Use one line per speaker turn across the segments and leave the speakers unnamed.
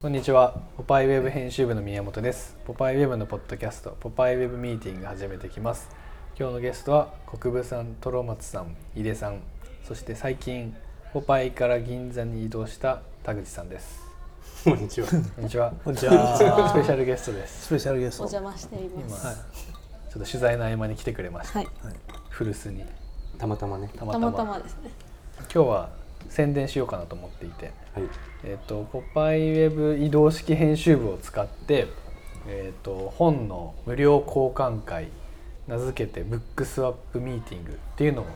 こんにちは。ポパイウェブ編集部の宮本です。ポパイウェブのポッドキャスト、ポパイウェブミーティング始めてきます。今日のゲストは国分さん、トロマツさん、井出さん、そして最近ポパイから銀座に移動した田口さんです。
こんにちは。
こんにちは。
こんにちは
スペシャルゲストです。
スペシャルゲス
お
ト。
邪魔しています。
はい。ちょっと取材の合間に来てくれました。
はい、
古巣に
たまたまね。
たま
た
た
ま
ま
たまですね。
今日は宣伝しようかなと思っていて。
はい。
えっとポパイウェブ移動式編集部を使って、えっと本の無料交換会名付けてブックスワップミーティングっていうのを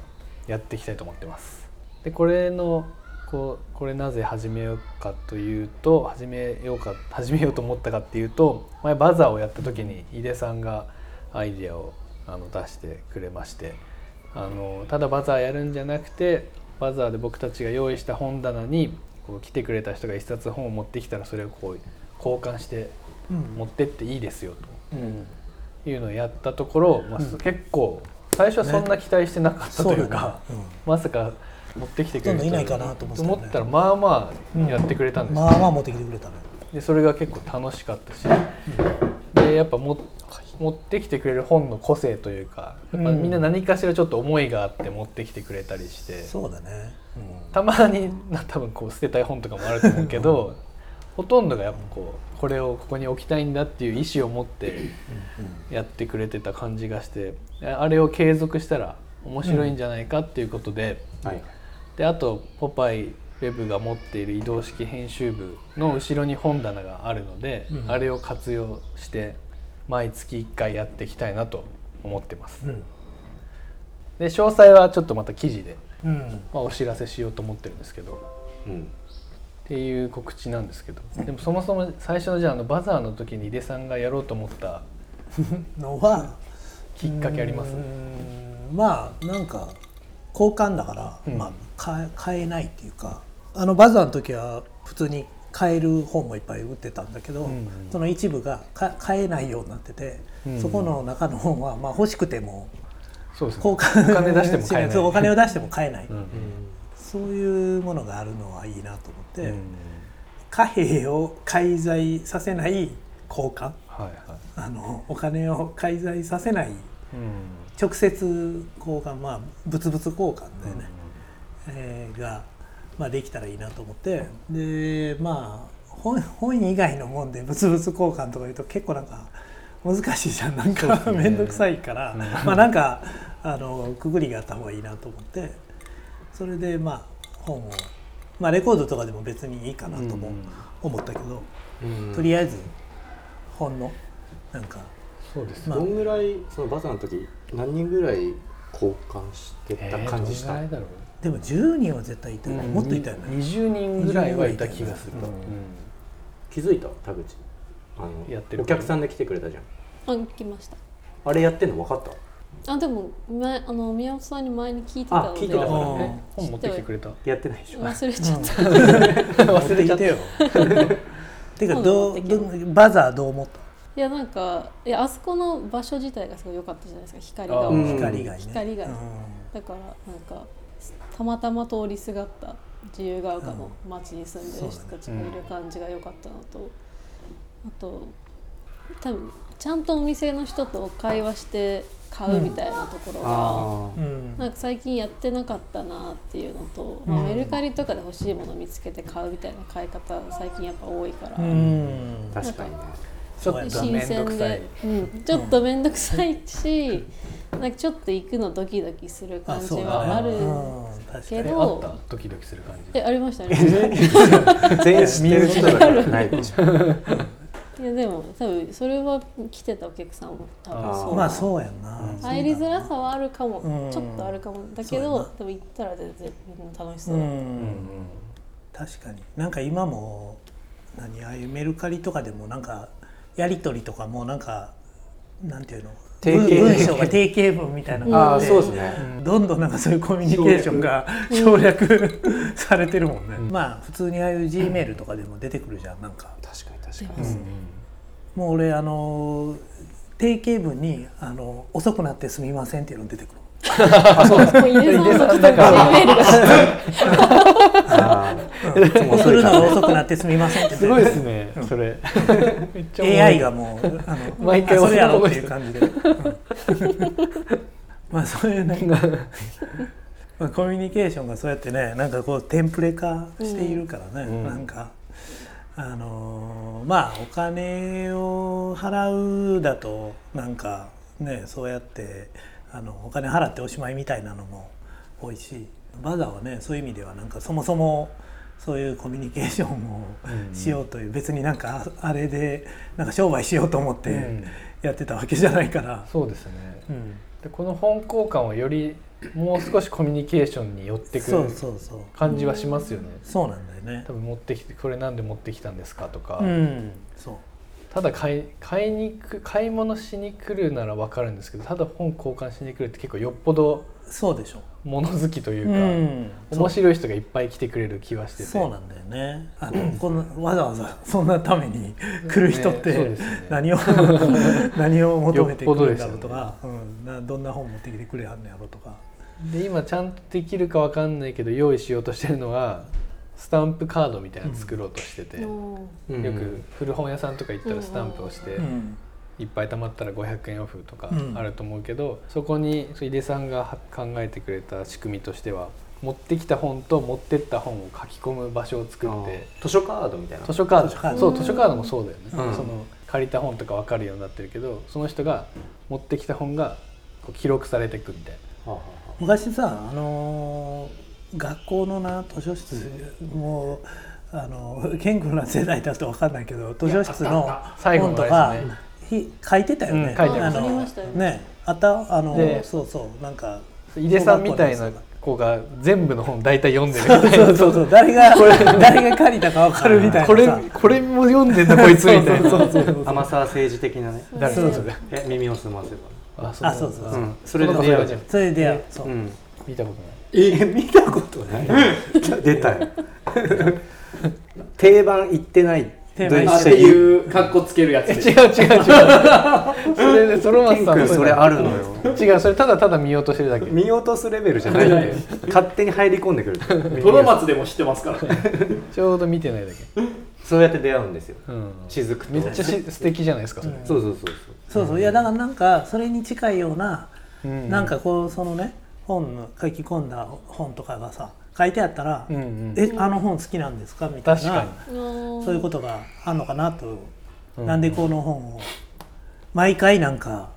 やっていきたいと思ってます。でこれのこうこれなぜ始めようかというと始めようか始めようと思ったかっていうと前バザーをやった時に井出さんがアイディアをあの出してくれましてあのただバザーやるんじゃなくてバザーで僕たちが用意した本棚にこう来てくれた人が一冊本を持ってきたらそれをこう交換して
うん
持ってっていいですよ
うん
というのをやったところ、まあ、
うん
結構最初はそんな期待してなかったというか。
そうだね
まさか持ってきてくれる
ほとんどいないかなと思ってたよね
思ったらまあまあやってくれたん
う
で
ん
すよ、
まあまあ持ってきてくれたね。
でそれが結構楽しかったし、でやっぱも持ってきてくれる本の個性というかやっぱ
うん
みんな何かしらちょっと思いがあって持ってきてくれたりして、
そうだね。
たまにな多分こう捨てたい本とかもあると思うけどほとんどがやっぱこうこれをここに置きたいんだっていう意思を持ってやってくれてた感じがしてああれを継続したら面白いんじゃないかっていうことで。
はい。
であと「ポパイウェブ」が持っている移動式編集部の後ろに本棚があるので、
うん
あれを活用して毎月1回やっていきたいなと思ってます、
うん。
で詳細はちょっとまた記事で、
うん。
まあ、お知らせしようと思ってるんですけど
うん。
っていう告知なんですけどでもそもそも最初のじゃああのバザーの時に井出さんがやろうと思った
のは
きっかけあります
うーんまあなんか交換だから、
うん
まあ買え買えないっていうか、あのバザーの時は普通に買える本もいっぱい売ってたんだけど、
うん
その一部がか買えないようになってて、
うん
そこの中の本はまあ欲しくても
そうですね
交
お
換
金出しても買えな
そうお
い、
金を出しても買えない。
うん
そういうものがあるのはいいなと思って、
うん
貨幣を介在させない交換
はいはい
あのお金を介在させない
うん
直接交換まあ物々交換だよね、えーが、まあ、できたらいいなと思ってでまあ本本以外のもんで物々交換とか言うと結構なんか難しいじゃんなん
そうで
か
すね
面倒、くさいから、
うん
まあなんかあのくぐりがあった方がいいなと思ってそれでまあ本を、まあ、レコードとかでも別にいいかなとも
うん
思ったけど、
うん
とりあえず本のなんか
そうですね
まあ
どんぐらいそのバザーの時何人ぐらい交換してた感じした。
えーどんぐらい
う
だろう
でも10人は絶対いたよね、もっといたよね。
20人ぐらいはいた気がする、
うん
気づいた田口。あの
やってる
お客さんで来てくれたじゃん。
あ、来ました。
あれやってんの分かった。
あ、でも、前、あの、宮本さんに前に聞いてた
あ
の
聞い
で
て。たから
ね
うん本持ってきてくれた
やってないでしょ。
忘れちゃ った。
忘れちゃったよ。てかどうどうバザーどう思った？
いや、なんか、いや、あそこの場所自体がすごい良かったじゃないですか、光
あー
が。
光がね。
光が
うん
だから、なんか、たまたま通りすがった自由が丘の町に住んでる人たちがいる感じが良かったのと、あと、多分ちゃんとお店の人と会話して買うみたいなところが。
あ
う
あ。
ん
なんか最近やってなかったなっていうのと、まあ、メルカリとかで欲しいもの見つけて買うみたいな買い方最近やっぱ多いから、
うん
確かにね。
ちょっと面倒くさい、
うん、ちょっと面倒くさいし、なんかちょっと行くのドキドキする感じはある
うん確か
け
に。
え
ど、
あったドキドキする感じ
えあり ましたありました
全員知ってる人だからないでしょ。
いやでも多分それは来てたお客さんも多分そう
まあそうやんな。
入りづらさはあるかも、
うん
ちょっとあるかもだけ
そうや
ど
な
多分行ったら全然みんな楽しそううだった、
ん。確かに。なんか今も何ああいうメルカリとかでもなんかやり取りとかもなんかなんていうの
定型
文文章が定型文みたいな
あ
感
あ
じ
そうですね。
どんどんなんかそういうコミュニケーションが省略されてるもんね、まあ普通にああいう G メールとかでも出てくるじゃんなんか
確かに確か
う
に。
もう俺あのー定型文にあの「遅くなってすみません」っていうの出てくる
もう入れそうなことでメールが
ああいつも遅い
送る
か
の
ら
が
ね
遅くなってすみませんって
すごいですね
うん
それめっちゃおもろい
AI がもうあの
毎回
あそれやろ
男の
ってい
人
う感じで、うん まあそうい うねまあコミュニケーションがそうやってねなんかこうテンプレ化しているからね、
うん
なんかあのーまあお金を払うだとなんかねそうやってあのお金払っておしまいみたいなのも多いしバザーはねそういう意味ではなんかそもそもそういうコミュニケーションを
うん
しようという、別になんかああれでなんか商売しようと思っ
う
て
ん
やってたわけじゃないから、
そうですね
うん
でこの本交換はよりもう少しコミュニケーションに寄ってく
そ
る
うそうそう
感じはしますよね
そうなんだよね
多。分持ってきてこれなんで持ってきたんですかとか、
うん、そう
ただ買い買いにく買い物しに来るなら分かるんですけどただ本交換しに来るって結構よっぽど
そうでしょ
物好きといううか、
ん、
面白い人がいっぱい来てくれる気はしてて
そうなんだよねあのこんなわざわざそんなために 来る人っ
ねそうで
て
すね
何を、何を求めてくるんだろうと
よ
か、うん、などんな本持ってきてくれはんのやろうとか
で今ちゃんとできるか分かんないけど用意しようとしてるのがスタンプカードみたいなの作ろうとしてて、
うん
うん
よく古本屋さんとか行ったらスタンプをして、
うん
いっぱい貯まったら500円オフとか
うん
あると思うけど、そこにそう井出さんがは考えてくれた仕組みとしては持ってきた本と持ってった本を書き込む場所を作って
あー図書カードみたいな
図書カード
図書カード
そう図書カードもそうだよね、
うん
その借りた本とか分かるようになってるけどその人が持ってきた本がこう記録されていくみたいな。
はあは
昔さあのー学校のな図書室もうあの健康な世代だと分かんないけど図書室の
最後
本
の
と
あ
か、
れですね
ひ書いてたよね、
うん書いて
あ
ました
ありま
の
したよね
ねあったあの
で
そうそうなんか
井出さんみたいな子が全部の本大体読んでるみたいな
そうそうそう誰が誰が借りたか分かるみたいなさ
これこれも読んでんだこいつみたいな
そうそうそうそう
あ天沢政治的なね
誰
そう
それ
え耳を澄ませば
あ
あそうそうそう
あ
んそれで出会うじゃん
それで、そう、
うん
見たことない
え見たことない出たよ定番行ってない
定番行
っ
ってて
いう
うカッコつけるやつ
え
で
違う違う違うそれでそろま
ケ
さ
ン
んは
君それあるのよ
違うそれただただ見ようとしてるだけ
見落とすレベルじゃないんだよ勝手に入り込んでくる
トロマツでも知ってますからね
ちょうど見てないだけ、
そうやって出会うんですよ
うん、
雫と
めっちゃし素敵じゃないですかそれ、
そうそうそう
そうそういやだからなんかそれに近いような、
うん
なんかこうそのね本の書き込んだ本とかがさ書いてあったら「
うんうん
えあの本好きなんですか?」みたい
確
な
か
そういうことがあるのかなと、なんで
う
この本を毎回なんか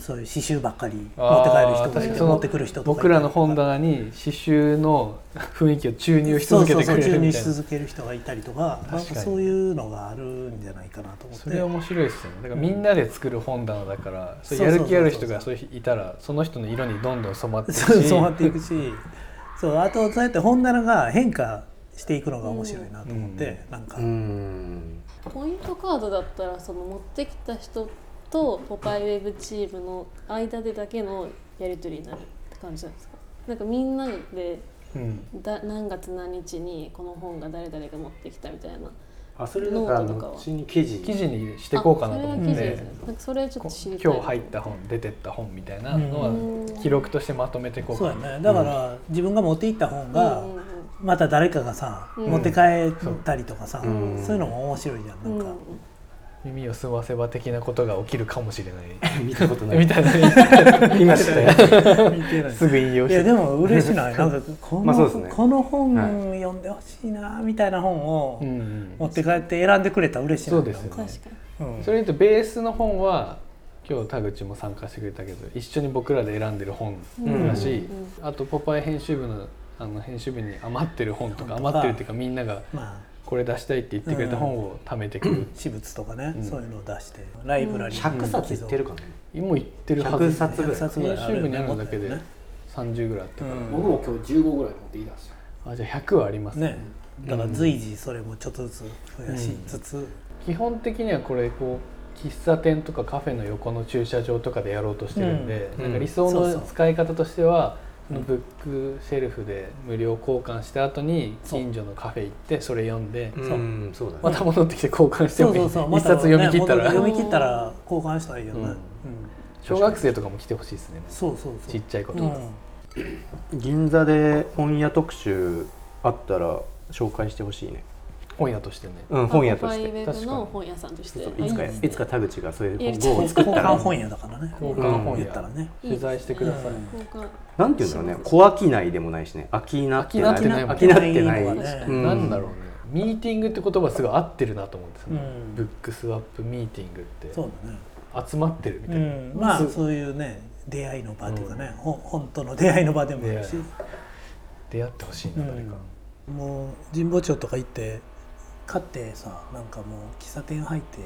そういう刺繍ばっかり持って帰る
あー
人
確か
も
に
い
そ
て
の
持ってくる人とか
僕らの本棚に刺繍の雰囲気を注入し
そ
続
う
け
そう
て
そ
くれ
う注
るみ
入
たい
し
な
続ける人がいたりとか
確か
な
に
んかそういうのがあるんじゃないかなと思っ
それは
て。
面白いですよねだからみんなで作る本棚だからそうやる気ある人がそういう人いたらその人の色にどんどん染ま っていくし
そう染まっていくしそうあとそうやって本棚が変化していくのが面白いなと思って、なんか、
うーん
ポイントカードだったらその持ってきた人とポパイウェブチームの間でだけのやり取りになるって感じなんですかなんかみんなで
うん
だ何月何日にこの本が誰々が持ってきたみたいな
あそれだから
ノートとかは
後に記事
記事にしていこうかなと思って
あそれは記事ですねな
こ
んかそれちょっと知りたい
今日入った本出てった本みたいな
う
の
ん
は記録としてまとめていこう
そう
か
や
な、
ねだから、自分が持っていった本が、
うんうん
また誰かがさ、
うん
持って帰ったりとかさ、
うん
そういうのも面白いじゃんな
うん
んか、
うん
耳を澄ませば的なことが起きるかもしれない
見たことない
みたいな
今知ったよ
すぐ引用
い
し
や
て
でも嬉しないなんかこの,、
まあそうですね
この本
はい
読んでほしいなみたいな本を
うんうん
持って帰って選んでくれたら嬉しいな
そうですよ
確か
ね
に
うん
それとベースの本は今日田口も参加してくれたけど一緒に僕らで選んでる本
うん
だし、
うんうん
あと「ポパイ」編集部のあの編集部に余ってる本とか
本とか
余ってるっていうかみんなが
まあ
これ出したいって言ってくれた本を貯めてくる、
私物とかね、
うん
そういうのを出してライブラリーに
100冊いってるかな
今言ってるはず
100冊
100冊ぐらい
編集部にあるのだけで
ね
30ぐらいあって、
うん
僕も今日15ぐらい持ってきたんですよ
あじゃあ100はありますね
ね、だから随時それもちょっとずつ増やしつつ、
基本的にはこれこう喫茶店とかカフェの横の駐車場とかでやろうとしてるんで、
うん
なんか理想
そうそ
の
う
使い方としては、
うん
ブックシェルフで無料交換した後に
そう
近所のカフェ行ってそれ読んで、
うーんそうだ
ま
ね
た戻ってきて交換して
そ
もい
う
い
そうそう、
一冊読み切った
ま
ら
読み切ったら交換したらいいよね、
うん
うん
小学生とかも来てほしいですね
そうそうそう
ちっちゃい子と
う
か、
ん
銀座で本屋特集あったら紹介してほしいね、
本屋としてね
うん、本屋として
パパイウェブの
確
本屋さんとし
そ
て
うそういつか
あですね
いつか田口がそういう
やりたい
本を作
交
ったら
換本屋だからね
交換本屋
言ったらね
取材してください、
うん
交換
なんていうんだろうね小商いでもないしね商なってない
飽きな
飽きなってない
飽きなってないのがね
うん
なんだろうねミーティングって言葉すごい合ってるなと思ってその、
うん
ブックスワップミーティングって
そうだね
集まってるみたいな、
うん、まあそういうね出会いの場というかね、ほん本当の出会いの場でもいいし、
出会ってほしいな誰か、
もう神保町とか行って買ってさなんかもう喫茶店入って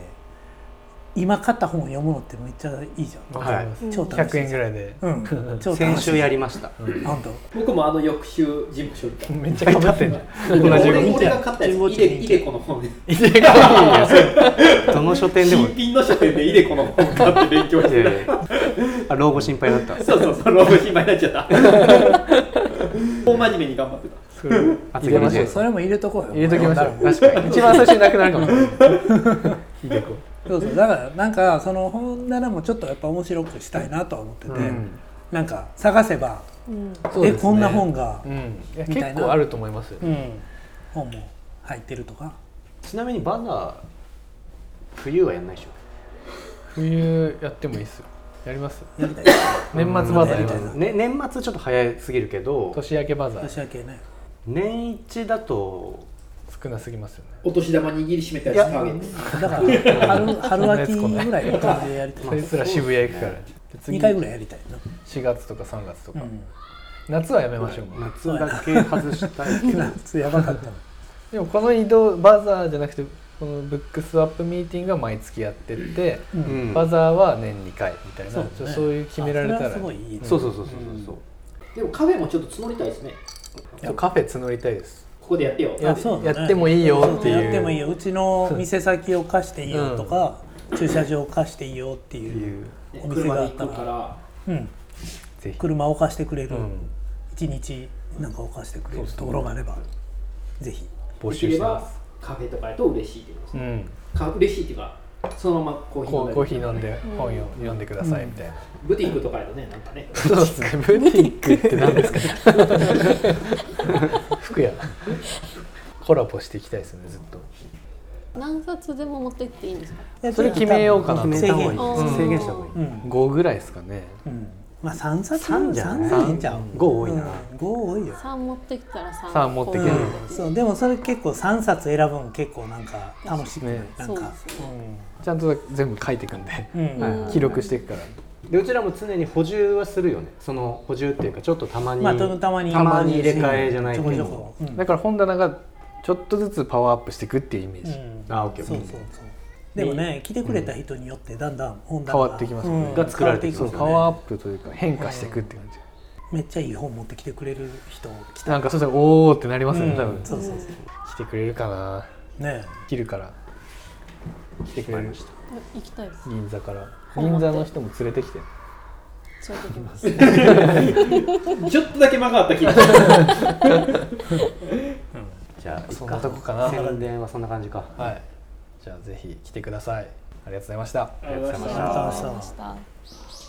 今買った本を読むのってめっちゃいいじゃん、
わかります、
うん
超楽し
100
い
円ぐらいで、
うん超楽しい
先週やりました
本当
僕もあの翌週ジムしよった
めっちゃかぶってんじゃん
俺
同じ
俺が買ったやつイデイデコの本で
どの書店でも
新品の書店でイデコの本買って勉強し
いや
て
いやいやあ老後心配だった
たそうそうそうローブ暇になっちゃった大真面目に頑張ってた
それ入れましょう
それも入れとこうよ
入れときましょう
確か に
一番最初になくなるかもしれないいいでこ
そうそうだからなんかその本棚もちょっとやっぱ面白くしたいなとは思ってて、
ん
なんか探せば、
うん
そうで
え
すね
こんな本が
う、うんいや
みたいな
結構あると思いますよ、
うん本も入ってるとか
ちなみにバザー冬はやんないでし
冬やってもいいですよやります
やりたいです
年末バザーやりま
やりたいな
す
ょ、ね、年末ちょっと早すぎるけど
年明けバザー
年明けね
年一だと
少なすぎますよね
お年玉握りしめたやつターゲット
だから 春春秋ぐらいの感じでやりたい
そいつら渋谷行くから、
2回ぐら
い
いやりたいな、
4月とか3月とか、
うん
夏はやめましょうもう、
夏だけ外したい けど
夏やばかったの
でもこの移動バザーじゃなくてこのブックスワップミーティングは毎月やってて、
うん
バザーは年2回みたいなそ
そ
うう,、
ね
そういう決められた
あそ
ら
はすごいいいね
そうそうそうそうそう
でもカフェもちょっと募りたいですね
そうカフェ募りたいです
ここでやってよ
や
あそうだね
やってもいいよっていう
そやってもいいようちの店先を貸していいよとか、駐車場を貸していいよって
っ
いう
ていう
ね
お店が
車
あ
で
っ
行
た
く
ら
から
うん、
ぜひ
車を貸してくれる、
うん
一日なんかを貸してくれるところがあれば、ぜひ
募
でき
集
れ
してま
ば
す
カフェとかやと嬉しいってことです
う
ね
ん
か嬉しいっていうかそのままコーヒー
こ
飲
うんコ
だ
ーヒ
り
ー飲んで本を読んでくださいみたいな、
ブティックとかやとねなんかね
そうですねブティックって何ですか 服やコラボしていきたいですねずっと
何冊でも持ってっていいんですか
それ決めようかなと
制
決めた方がい
限
い
うん
制限した方がいい
うん
5ぐらいですかね
うんまあ3冊
三じゃない
三でいいんちゃう
5多いな
うん五多いよ
三持ってきたら三
三持ってきたら
うんそうでもそれ結構3冊選ぶん結構なんか楽しくない、
ね
なん
そうで
か
すね
ちゃんと全部書いていくんで
うん
うん
はい
記録していくから
でうちらも常に補充はするよねその補充っていうかちょっとたまに、
まあたまに
たまに入れ替えじゃないけど
ちょこちょこうん
だから本棚がちょっとずつパワーアップしていくっていうイメージ、
うん
あオッケー
そうそうそうでもね来てくれた人によってだんだん本棚
変わってきますよね
うん
が作られていく
変
そう
わってい
パワーアップというか変化していくって感じ、
めっちゃいい本持ってきてくれる人来
なんかそしたらおおってなりますよね、
うん
多分
そうそう
来てくれるかな
たね
切るから来てくれる人
行きたいです
銀座から
本
銀
持って
座の人も連れてきて
連れてきます
ちょっとだけ間があった気がする
じゃあ
そんなとこかな
宣伝はそんな感じか
はいじゃあぜひ来てくださいありがとうございました
ありがとうございまし
あ
た
りがとうございました
した